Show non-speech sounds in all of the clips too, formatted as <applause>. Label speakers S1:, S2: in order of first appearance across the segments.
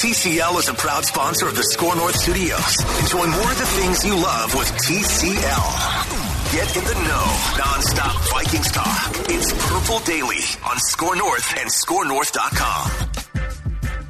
S1: TCL is a proud sponsor of the Score North Studios. Enjoy more of the things you love with TCL. Get in the know, nonstop Vikings talk. It's Purple Daily on Score North and ScoreNorth.com.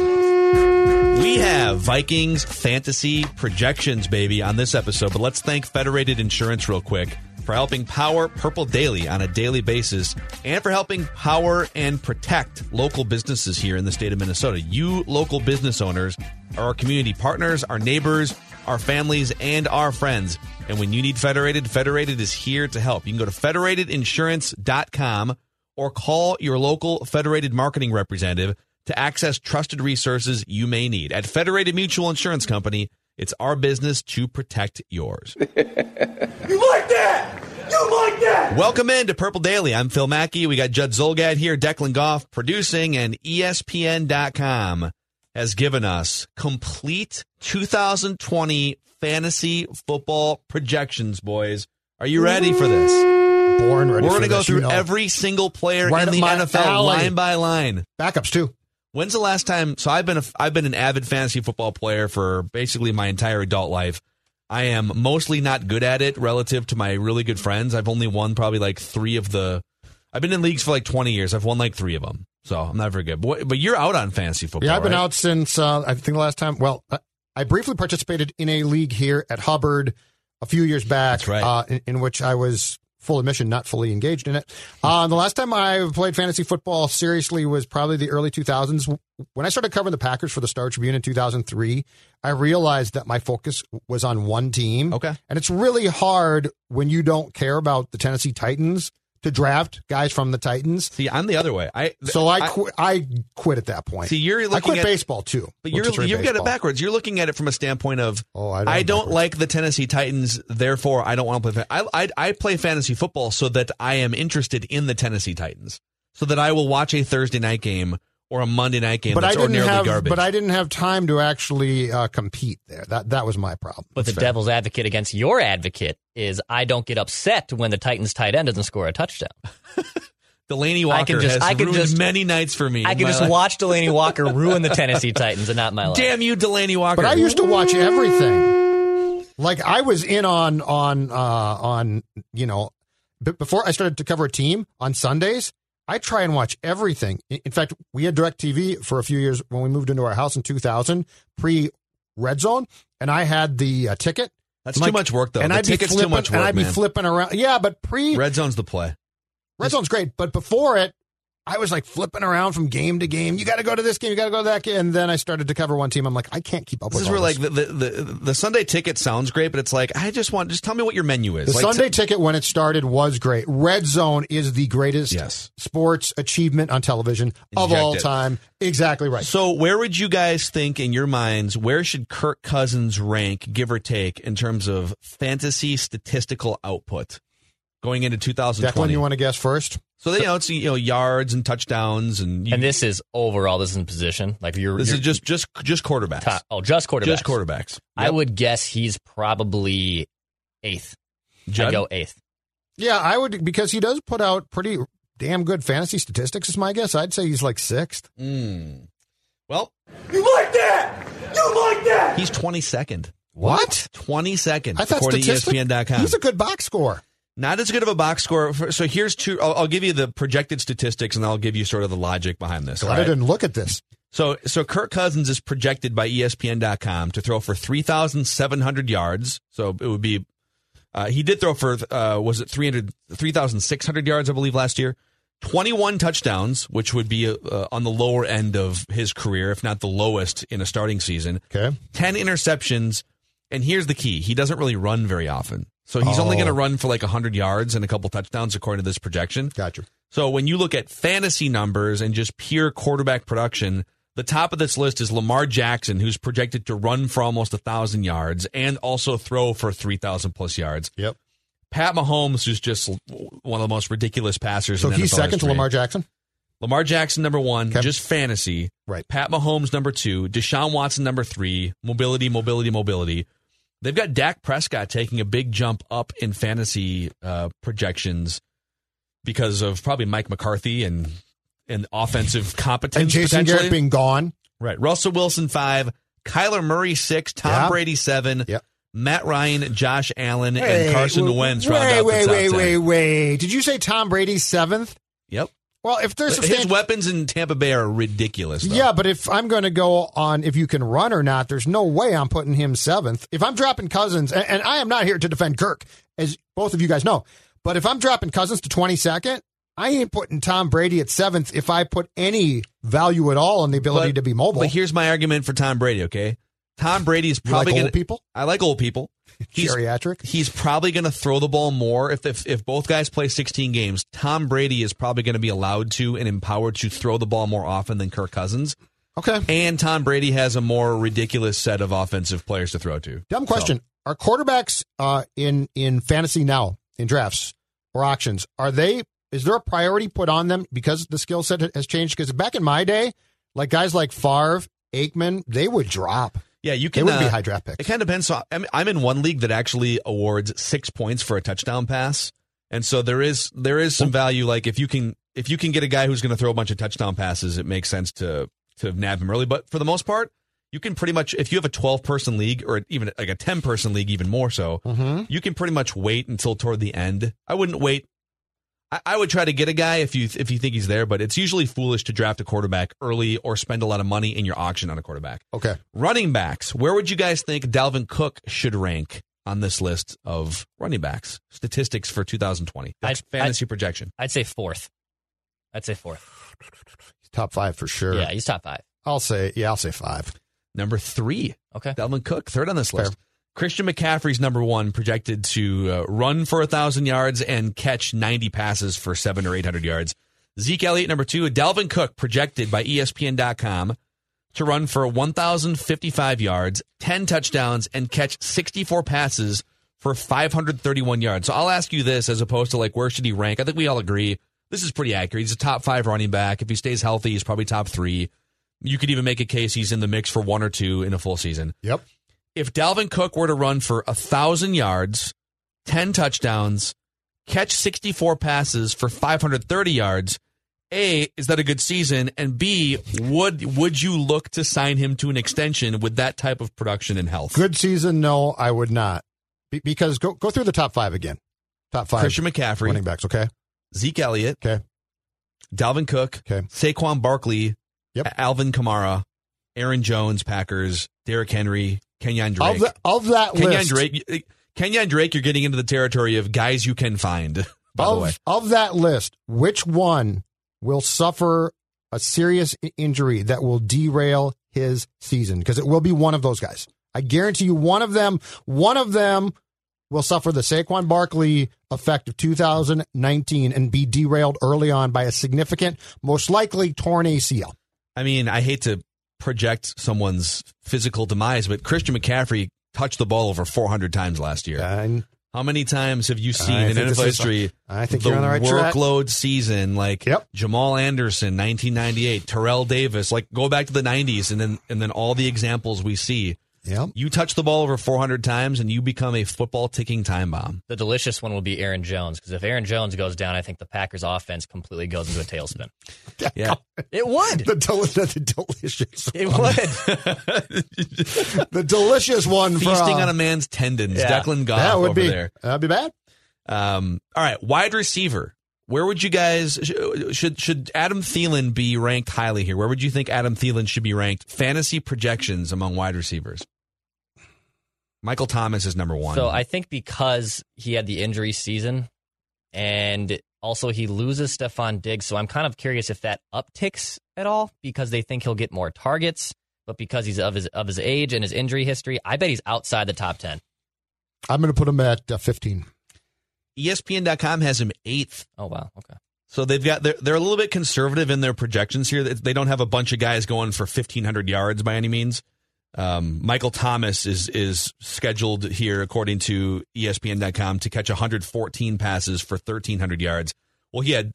S2: We have Vikings fantasy projections, baby, on this episode. But let's thank Federated Insurance real quick for helping power Purple Daily on a daily basis and for helping power and protect local businesses here in the state of Minnesota. You local business owners are our community partners, our neighbors, our families, and our friends. And when you need Federated, Federated is here to help. You can go to federatedinsurance.com or call your local Federated marketing representative to access trusted resources you may need. At Federated Mutual Insurance Company, it's our business to protect
S3: <laughs>
S2: yours.
S4: You like that? You like that?
S2: Welcome in to Purple Daily. I'm Phil Mackey. We got Judd Zolgad here, Declan Goff producing, and E ESPN.com has given us complete 2020 fantasy football projections, boys. Are you ready for this?
S3: born ready
S2: We're
S3: going to
S2: go through every single player
S3: Right
S2: in
S3: up
S2: the
S3: my
S2: NFL
S3: alley.
S2: line by line.
S3: backups too.
S2: When's the last time? So I've been a, I've been an avid fantasy football player for basically my entire adult life. I am mostly not good at it relative to my really good friends. I've only won probably like three of the. I've been in leagues for like twenty years. I've won like three of them, so I'm not very good. But, but you're out on fantasy football.
S3: Yeah, I've been
S2: right?
S3: out since uh, I think the last time. Well, I- I briefly participated in a league here at Hubbard a few years back.
S2: That's right.
S3: Uh, in, in which I was full admission, not fully engaged in it. Uh, the last time I played fantasy football seriously was probably the early 2000s. When I started covering the Packers for the Star Tribune in 2003, I realized that my focus was on one team.
S2: Okay.
S3: And it's really hard when you don't care about the Tennessee Titans to draft guys from the Titans.
S2: See, I'm the other way. I
S3: So I quit. I quit at that point.
S2: See, you're
S3: I
S2: looking
S3: quit
S2: at-
S3: baseball too.
S2: But you're
S3: which is right,
S2: you've got it
S3: baseball.
S2: backwards. You're looking at it from a standpoint of
S3: Oh,
S2: I
S3: I
S2: don't,
S3: don't backwards.
S2: like the Tennessee Titans, therefore I don't want to play. fa- I, I I play fantasy football so that I am interested in the Tennessee Titans, so that I will watch a Thursday night game or a Monday night game
S3: But I
S2: that's
S3: didn't
S2: ordinarily
S3: have.
S2: garbage.
S3: But I didn't have time to actually uh, compete there. That that was my problem.
S5: But the devil's advocate against your advocate is I don't get upset when the Titans tight end doesn't score a touchdown.
S2: Delaney Walker
S5: I can just-
S2: has
S5: I can
S2: ruined
S5: just-
S2: many nights for me.
S5: I
S2: in
S5: can
S2: my
S5: just
S2: life.
S5: watch Delaney Walker ruin
S2: <laughs>
S5: the Tennessee Titans and not my life.
S2: Damn you, Delaney Walker!
S3: But I used to watch everything. Like I was in on on uh, on you know, b- before I started to cover a team on Sundays. I try and watch everything. In in fact, we had DirecTV for a few years when we moved into our house in 2000, pre Red Zone, and I had the uh, ticket.
S2: That's
S3: I'm
S2: too
S3: like-
S2: much work, though.
S3: And
S2: the
S3: I'd be
S2: ticket's
S3: flipping,
S2: too much work,
S3: and I'd
S2: man.
S3: be flipping around. Yeah, but pre Red,
S2: Red zone's the play.
S3: Zone's great, but before it, I was like flipping around from game to game. You got to go to this game. You got to go to that game. And then I started to cover one team. I'm like, I can't keep up
S2: This
S3: with
S2: is
S3: all
S2: where like
S3: this.
S2: the, the, the, the Sunday ticket sounds great, but it's like I just want just tell me what your menu is.
S3: The
S2: Like,
S3: Sunday ticket when it started was great. Red Zone is the greatest
S2: Yes.
S3: sports achievement on television of all
S2: Injected.
S3: time. Exactly right.
S2: So, where would you guys think in your minds, where should Kirk Cousins rank, give or take, in terms of fantasy statistical output going into
S3: Declan,
S2: 2020?
S3: you want to guess first?
S2: so, you know, it's you know yards and touchdowns, and, you,
S5: And this is overall. This is in position. Like you're.
S2: this
S5: you're
S2: is just just just quarterbacks,
S5: top- oh, just quarterbacks.
S2: just quarterbacks.
S5: I would guess he's probably eighth. I
S2: Judd?
S5: go eighth.
S3: Yeah, I would because he does put out pretty damn good fantasy statistics. Is my guess. I'd say he's like sixth.
S2: Mm. Well,
S4: You like that? You like that?
S2: he's 22nd.
S3: What?
S2: 22nd,
S3: I thought
S2: according to E
S3: statistic-
S2: ESPN.com.
S3: He's a good box score.
S2: Not as good of a box score. For, so here's two. I'll, I'll give you the projected statistics, and I'll give you sort of the logic behind this. all
S3: Glad I
S2: right?
S3: didn't look at this.
S2: So, so Kirk Cousins is projected by E ESPN.com to throw for 3,700 yards. So it would be, uh, he did throw for, uh, was it 300, 3,600 yards, I believe, last year. 21 touchdowns, which would be uh, on the lower end of his career, if not the lowest in a starting season.
S3: Okay.
S2: 10 interceptions. And here's the key he doesn't really run very often. So he's only
S3: Oh.
S2: going to run for like 100 yards and a couple touchdowns, according to this projection.
S3: Gotcha.
S2: So when you look at fantasy numbers and just pure quarterback production, the top of this list is Lamar Jackson, who's projected to run for almost 1,000 yards and also throw for 3,000 plus yards.
S3: Yep.
S2: Pat Mahomes, who's just l- one of the most ridiculous passers.
S3: So
S2: in
S3: he's
S2: NFL
S3: second to
S2: history.
S3: Lamar Jackson.
S2: Lamar Jackson, number one,
S3: Okay.
S2: just fantasy.
S3: Right.
S2: Pat Mahomes, number two. Deshaun Watson, number three. Mobility, mobility, mobility. They've got Dak Prescott taking a big jump up in fantasy uh, projections because of probably Mike McCarthy and and offensive competence.
S3: And Jason
S2: potentially.
S3: Garrett being gone.
S2: right. Russell Wilson, five. Kyler Murray, six. Tom
S3: Yeah.
S2: Brady, seven.
S3: Yep.
S2: Matt Ryan, Josh Allen,
S3: Hey,
S2: and Carson
S3: wait,
S2: Wentz
S3: Wait,
S2: round out the
S3: wait,
S2: top
S3: wait,
S2: 10.
S3: wait, wait. Did you say Tom Brady's seventh?
S2: Yep.
S3: Well, if there's
S2: Uh, His
S3: substantial.
S2: weapons in Tampa Bay are ridiculous. Though.
S3: Yeah, but if I'm going to go on if you can run or not, there's no way I'm putting him seventh. If I'm dropping Cousins, and, and I am not here to defend Kirk, as both of you guys know, but if I'm dropping Cousins to 22nd, I ain't putting Tom Brady at seventh if I put any value at all on the ability
S2: But-
S3: to be mobile.
S2: But here's my argument for Tom Brady, okay? Tom Brady's
S3: you like
S2: probably
S3: old
S2: gonna,
S3: people,
S2: I like old
S3: <laughs>
S2: people. He's,
S3: geriatric.
S2: he's probably going to throw the ball more if, if if both guys play 16 games. Tom Brady is probably going to be allowed to and empowered to throw the ball more often than Kirk Cousins.
S3: Okay.
S2: And Tom Brady has a more ridiculous set of offensive players to throw to.
S3: Dumb question. Are quarterbacks uh, in in fantasy now in drafts or auctions? Are they? Is there a priority put on them because the skill set has changed? Because back in my day, like guys like Favre, Aikman, they would drop.
S2: Yeah, you
S3: They
S2: can.
S3: would be
S2: uh,
S3: high draft
S2: It
S3: picks.
S2: kind of depends. So I'm, I'm in one league that actually awards six points for a touchdown pass, and so there is there is some value. Like if you can if you can get a guy who's going to throw a bunch of touchdown passes, it makes sense to to nab him early. But for the most part, you can pretty much if you have a 12 person league or even like a 10 person league, even more so,
S3: Mm-hmm.
S2: you can pretty much wait until toward the end. I wouldn't wait. I, I would try to get a guy if you if you think he's there, but it's usually foolish to draft a quarterback early or spend a lot of money in your auction on a quarterback.
S3: Okay.
S2: Running backs. Where would you guys think Dalvin Cook should rank on this list of running backs? Statistics for 2020. That's
S5: I'd-
S2: fantasy projection.
S5: I'd say fourth. I'd say fourth.
S3: Top five for sure.
S5: Yeah, he's top five.
S3: I'll say. Yeah, I'll say five.
S2: Number three,
S5: Okay.
S2: Dalvin Cook, third on this
S3: Fair.
S2: list. Christian McCaffrey's number one, projected to uh, run for a thousand yards and catch 90 passes for seven or 800 yards. Zeke Elliott, number two. Dalvin Cook, projected by E ESPN.com to run for 1,055 yards, 10 touchdowns, and catch 64 passes for 531 yards. So I'll ask you this as opposed to like, where should he rank? I think we all agree this is pretty accurate. He's a top five running back. If he stays healthy, he's probably top three. You could even make a case he's in the mix for one or two in a full season.
S3: Yep.
S2: If Dalvin Cook were to run for 1,000 yards, 10 touchdowns, catch 64 passes for 530 yards, a, is that a good season? And B, would would you look to sign him to an extension with that type of production and health?
S3: Good season. No, I would not. Be- because go go through the top five again. Top five
S2: Christian McCaffrey,
S3: running backs. Okay.
S2: Zeke Elliott,
S3: Okay.
S2: Dalvin Cook,
S3: Okay.
S2: Saquon Barkley,
S3: Yep.
S2: Alvin Kamara, Aaron Jones, Packers, Derrick Henry, Kenyon Drake.
S3: Of, the, of that
S2: Kenyon
S3: list.
S2: Drake, Kenyon Drake, you're getting into the territory of guys you can find. By
S3: of,
S2: the way,
S3: of that list, which one will suffer a serious i- injury that will derail his season? Because it will be one of those guys. I guarantee you, one of them, one of them will suffer the Saquon Barkley effect of 2019 and be derailed early on by a significant, most likely torn ACL.
S2: I mean, I hate to project someone's physical demise, but Christian McCaffrey touched the ball over 400 times last year.
S3: And
S2: How many times have you seen
S3: I
S2: in
S3: think this
S2: NFL
S3: is-
S2: history
S3: I think
S2: the
S3: you're on the right track.
S2: workload season like
S3: Yep.
S2: Jamal Anderson 1998, Terrell Davis, like go back to the 90s and then and then all the examples we see.
S3: Yeah.
S2: You touch the ball over 400 times and you become a football ticking time bomb.
S5: The delicious one will be Aaron Jones because if Aaron Jones goes down, I think the Packers' offense completely goes into
S2: <laughs>
S5: a tailspin.
S2: Yeah.
S5: It
S3: <laughs>
S5: would.
S3: The, del- the delicious,
S2: <laughs>
S5: It would.
S3: <laughs> the delicious one for,
S2: Feasting
S3: uh,
S2: on a man's tendons.
S5: Yeah.
S2: Declan Goff
S3: that would
S2: over
S3: be
S2: there.
S3: that'd be bad.
S2: Um, all right, wide receiver. Where would you guys sh- should should Adam Thielen be ranked highly here? Where would you think Adam Thielen should be ranked? Fantasy projections among wide receivers. Michael Thomas is number one.
S5: So I think because he had the injury season and also he loses Stephon Diggs, so I'm kind of curious if that upticks at all because they think he'll get more targets, but because he's of his of his age and his injury history, I bet he's outside the top 10.
S3: I'm going to put him at uh, 15.
S2: E ESPN.com has him eighth.
S5: Oh wow, okay.
S2: So they've got they're, they're a little bit conservative in their projections here. They- They don't have a bunch of guys going for 1500 yards by any means. Um, Michael Thomas is is scheduled here according to E ESPN.com to catch 114 passes for 1300 yards. Well, he had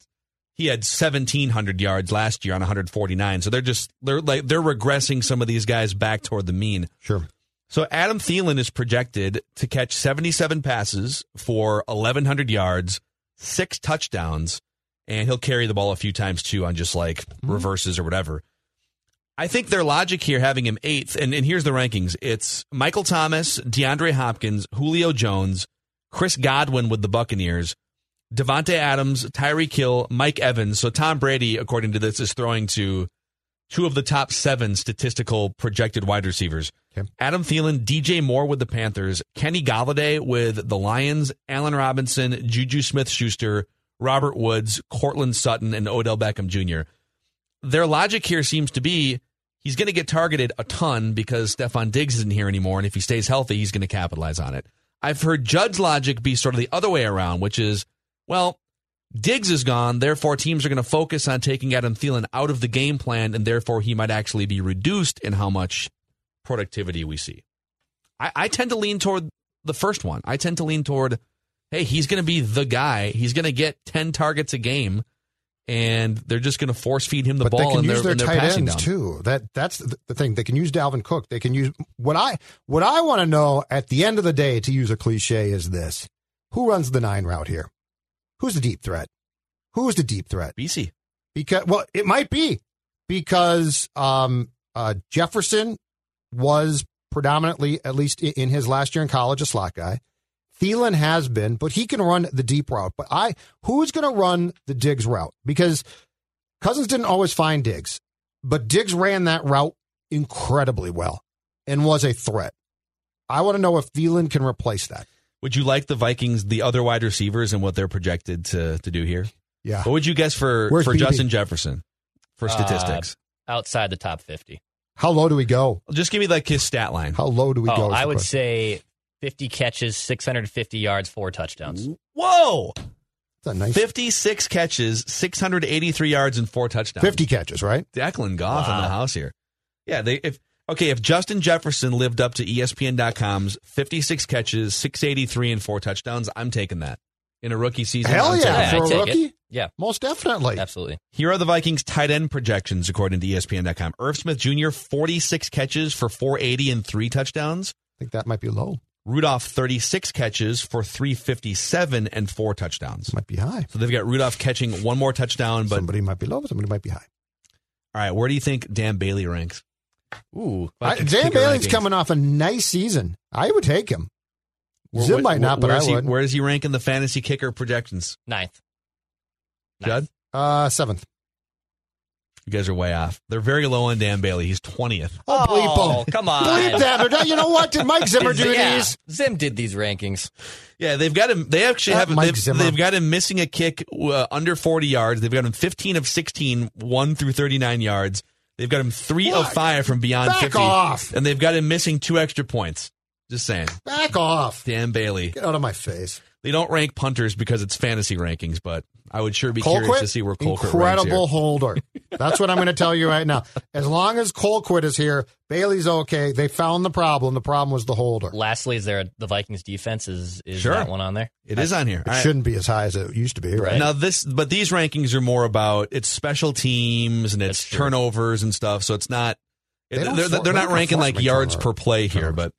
S2: he had 1700 yards last year on 149. So they're just they're like they're regressing some of these guys back toward the mean.
S3: Sure.
S2: So Adam Thielen is projected to catch 77 passes for 1,100 yards, six touchdowns, and he'll carry the ball a few times too on just like reverses or whatever. I think their logic here, having him eighth, and, and here's the rankings it's Michael Thomas, DeAndre Hopkins, Julio Jones, Chris Godwin with the Buccaneers, Devontae Adams, Tyree Kill, Mike Evans. So Tom Brady, according to this, is throwing to two of the top seven statistical projected wide receivers.
S3: Okay.
S2: Adam Thielen, DJ Moore with the Panthers, Kenny Galladay with the Lions, Allen Robinson, Juju Smith Schuster, Robert Woods, Cortland Sutton, and Odell Beckham Jr. Their logic here seems to be he's going to get targeted a ton because Stefan Diggs isn't here anymore, and if he stays healthy, he's going to capitalize on it. I've heard Judd's logic be sort of the other way around, which is, well, Diggs is gone, therefore teams are going to focus on taking Adam Thielen out of the game plan, and therefore he might actually be reduced in how much productivity we see. I, I tend to lean toward the first one. I tend to lean toward, hey, he's going to be the guy. He's going to get ten targets a game, and they're just going to force feed him the
S3: but
S2: ball
S3: they can
S2: and
S3: use
S2: they're,
S3: their
S2: and they're
S3: tight
S2: passing
S3: ends
S2: down.
S3: too. That that's the the thing. They can use Dalvin Cook. They can use what I what I want to know at the end of the day. To use a cliche, is this: Who runs the nine route here? Who's the deep threat? Who's the deep threat?
S2: BC.
S3: because well it might be because um uh Jefferson was predominantly at least i- in his last year in college a slot guy. Thielen has been, but he can run the deep route. But I who's going to run the Diggs route because Cousins didn't always find Diggs, but Diggs ran that route incredibly well and was a threat. I want to know if Thielen can replace that.
S2: Would you like the Vikings, the other wide receivers, and what they're projected to to do here?
S3: Yeah.
S2: What would you guess for
S3: Ah. Where's
S2: for
S3: BB?
S2: Justin Jefferson for
S5: Uh,
S2: statistics?
S5: Outside the top 50.
S3: How low do we go?
S2: Just give me like his stat line.
S3: How low do we
S5: oh,
S3: go? is
S5: I
S3: the
S5: would
S3: question.
S5: say 50 catches, 650 yards, four touchdowns.
S2: Whoa!
S3: That's a nice
S2: 56 catches, 683 yards, and four touchdowns.
S3: 50 catches, right?
S2: Declan Goff in the
S5: Wow.
S2: house here. Yeah, they if okay, if Justin Jefferson lived up to E ESPN.com's 56 catches, 683 and four touchdowns, I'm taking that. In a rookie season,
S3: Hell
S2: I'm
S3: yeah.
S2: taking
S5: Yeah,
S2: that.
S3: for
S5: I
S3: a
S5: take
S3: rookie?
S5: It. Yeah,
S3: Most definitely.
S5: absolutely.
S2: Here are the Vikings tight end projections according to E ESPN.com. Irv Smith Jr. 46 catches for 480 and three touchdowns.
S3: I think that might be low.
S2: Rudolph 36 catches for 357 and four touchdowns.
S3: This might be high.
S2: So they've got Rudolph catching one more touchdown, but
S3: somebody might be low. Somebody might be high.
S2: All right, where do you think Dan Bailey ranks? Ooh,
S3: I, Dan Bailey's coming off a nice season. I would take him. Zim might not, but
S2: where
S3: I
S2: is he,
S3: would.
S2: Where does he rank in the fantasy kicker projections?
S5: Ninth.
S2: Judd,
S3: uh, seventh.
S2: you guys are way off. They're very low on Dan Bailey. He's twentieth.
S3: Oh,
S5: Oh,
S3: bleep 'em.
S5: come on.
S3: Bleep that. Or not. You know what? Did
S2: <laughs>
S3: Mike Zimmer do
S5: Yeah,
S3: these?
S5: Zim did these rankings.
S2: Yeah, they've got him. They actually
S3: That
S2: have.
S3: Uh, Mike
S2: They've,
S3: Zimmer.
S2: they've got him missing a kick uh, under forty yards. They've got him fifteen of 16, 1 through thirty nine yards. They've got him three of
S3: What?
S2: five from beyond
S3: Back
S2: fifty,
S3: off.
S2: and they've got him missing two extra points. Just saying,
S3: Back off.
S2: Dan Bailey.
S3: Get out of my face.
S2: They don't rank punters because it's fantasy rankings, but I would sure be curious
S3: Colquitt,
S2: to see where Colquitt ranks here.
S3: incredible holder. That's what I'm going to tell you right now. As long as Colquitt is here, Bailey's okay. They found the problem. The problem was the holder.
S5: Lastly, is there a, the Vikings defense? Is, is
S2: Sure.
S5: that one on there?
S2: It is on here.
S3: It
S2: All right.
S3: shouldn't be as high as it used to be, right?
S5: Right.
S2: Now this, but these rankings are more about it's special teams and it's
S5: That's true.
S2: turnovers and stuff. So it's not
S3: They
S2: they
S3: don't
S2: are
S3: for- they
S2: they're not
S3: don't
S2: ranking
S3: enforce
S2: like yards per
S3: turnovers.
S2: play here.
S3: Turnovers.
S2: But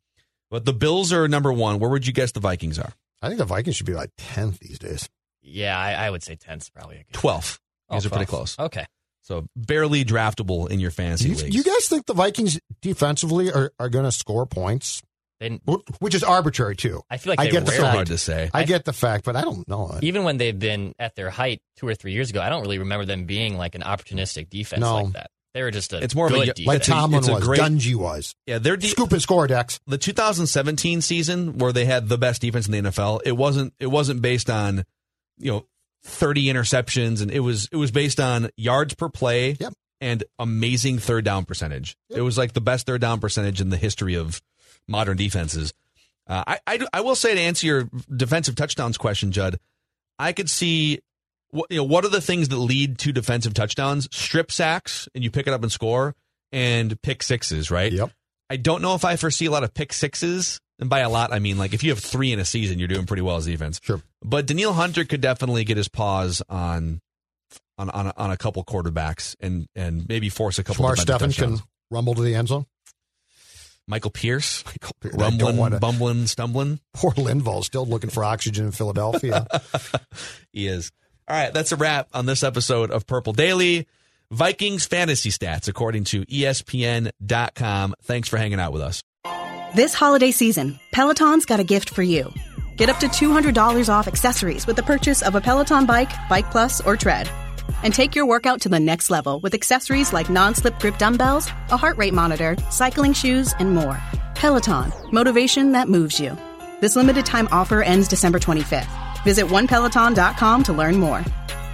S2: but the Bills are number one. Where would you guess the Vikings are?
S3: I think the Vikings should be like 10th these days.
S5: Yeah, I, I would say 10th's probably a good.
S2: Twelfth.
S5: Oh,
S2: These are pretty
S5: 12th.
S2: close.
S5: Okay.
S2: So barely draftable in your fantasy
S3: Do you,
S2: leagues.
S3: you guys think the Vikings defensively are, are going to score points?
S5: Then
S3: wh- which is arbitrary too.
S5: I feel like
S3: I
S5: they
S3: get the
S5: rarely
S2: So
S3: fact.
S2: hard to say.
S3: I get the fact, but I don't know.
S5: even when they've been at their height two or three years ago, I don't really remember them being like an opportunistic defense
S3: No.
S5: like that. They were just a
S2: It's more of a
S5: good
S2: y-
S5: defense.
S3: Like
S2: it's a-
S3: Tomlin
S2: it's a
S3: was,
S2: great-
S3: Dungy was,
S2: Yeah, their de-
S3: scoop and score Dex.
S2: the 2017 season where they had the best defense in the NFL, it wasn't it wasn't based on you know 30 interceptions and it was it was based on yards per play
S3: Yep.
S2: and amazing third down percentage. It was like the best third down percentage in the history of modern defenses. Uh, I, I do- I will say to answer your defensive touchdowns question, Judd, I could see what you know what are the things that lead to defensive touchdowns? Strip sacks and you pick it up and score, and pick sixes, right?
S3: Yep.
S2: I don't know if I foresee a lot of pick sixes. And by a lot, I mean like if you have three in a season, you're doing pretty well as defense.
S3: Sure.
S2: But Daniil Hunter could definitely get his paws on on on a, on a couple quarterbacks and and maybe force a couple.
S3: Jamar
S2: defensive
S3: Steffens can
S2: touchdowns.
S3: rumble to the end zone. <laughs>
S2: Michael Pierce, <laughs>
S3: Pierce. I don't
S2: rumbling,
S3: wanna-
S2: bumbling, stumbling.
S3: Poor Linval still looking for oxygen in Philadelphia.
S2: <laughs> he is. All right, that's a wrap on this episode of Purple Daily. Vikings fantasy stats according to E ESPN.com. Thanks for hanging out with us.
S6: This holiday season, Peloton's got a gift for you. Get up to $200 off accessories with the purchase of a Peloton bike, Bike Plus, or Tread. And take your workout to the next level with accessories like non slip grip dumbbells, a heart rate monitor, cycling shoes, and more. Peloton, motivation that moves you. This limited time offer ends December 25th. Visit onepeloton.com to learn more.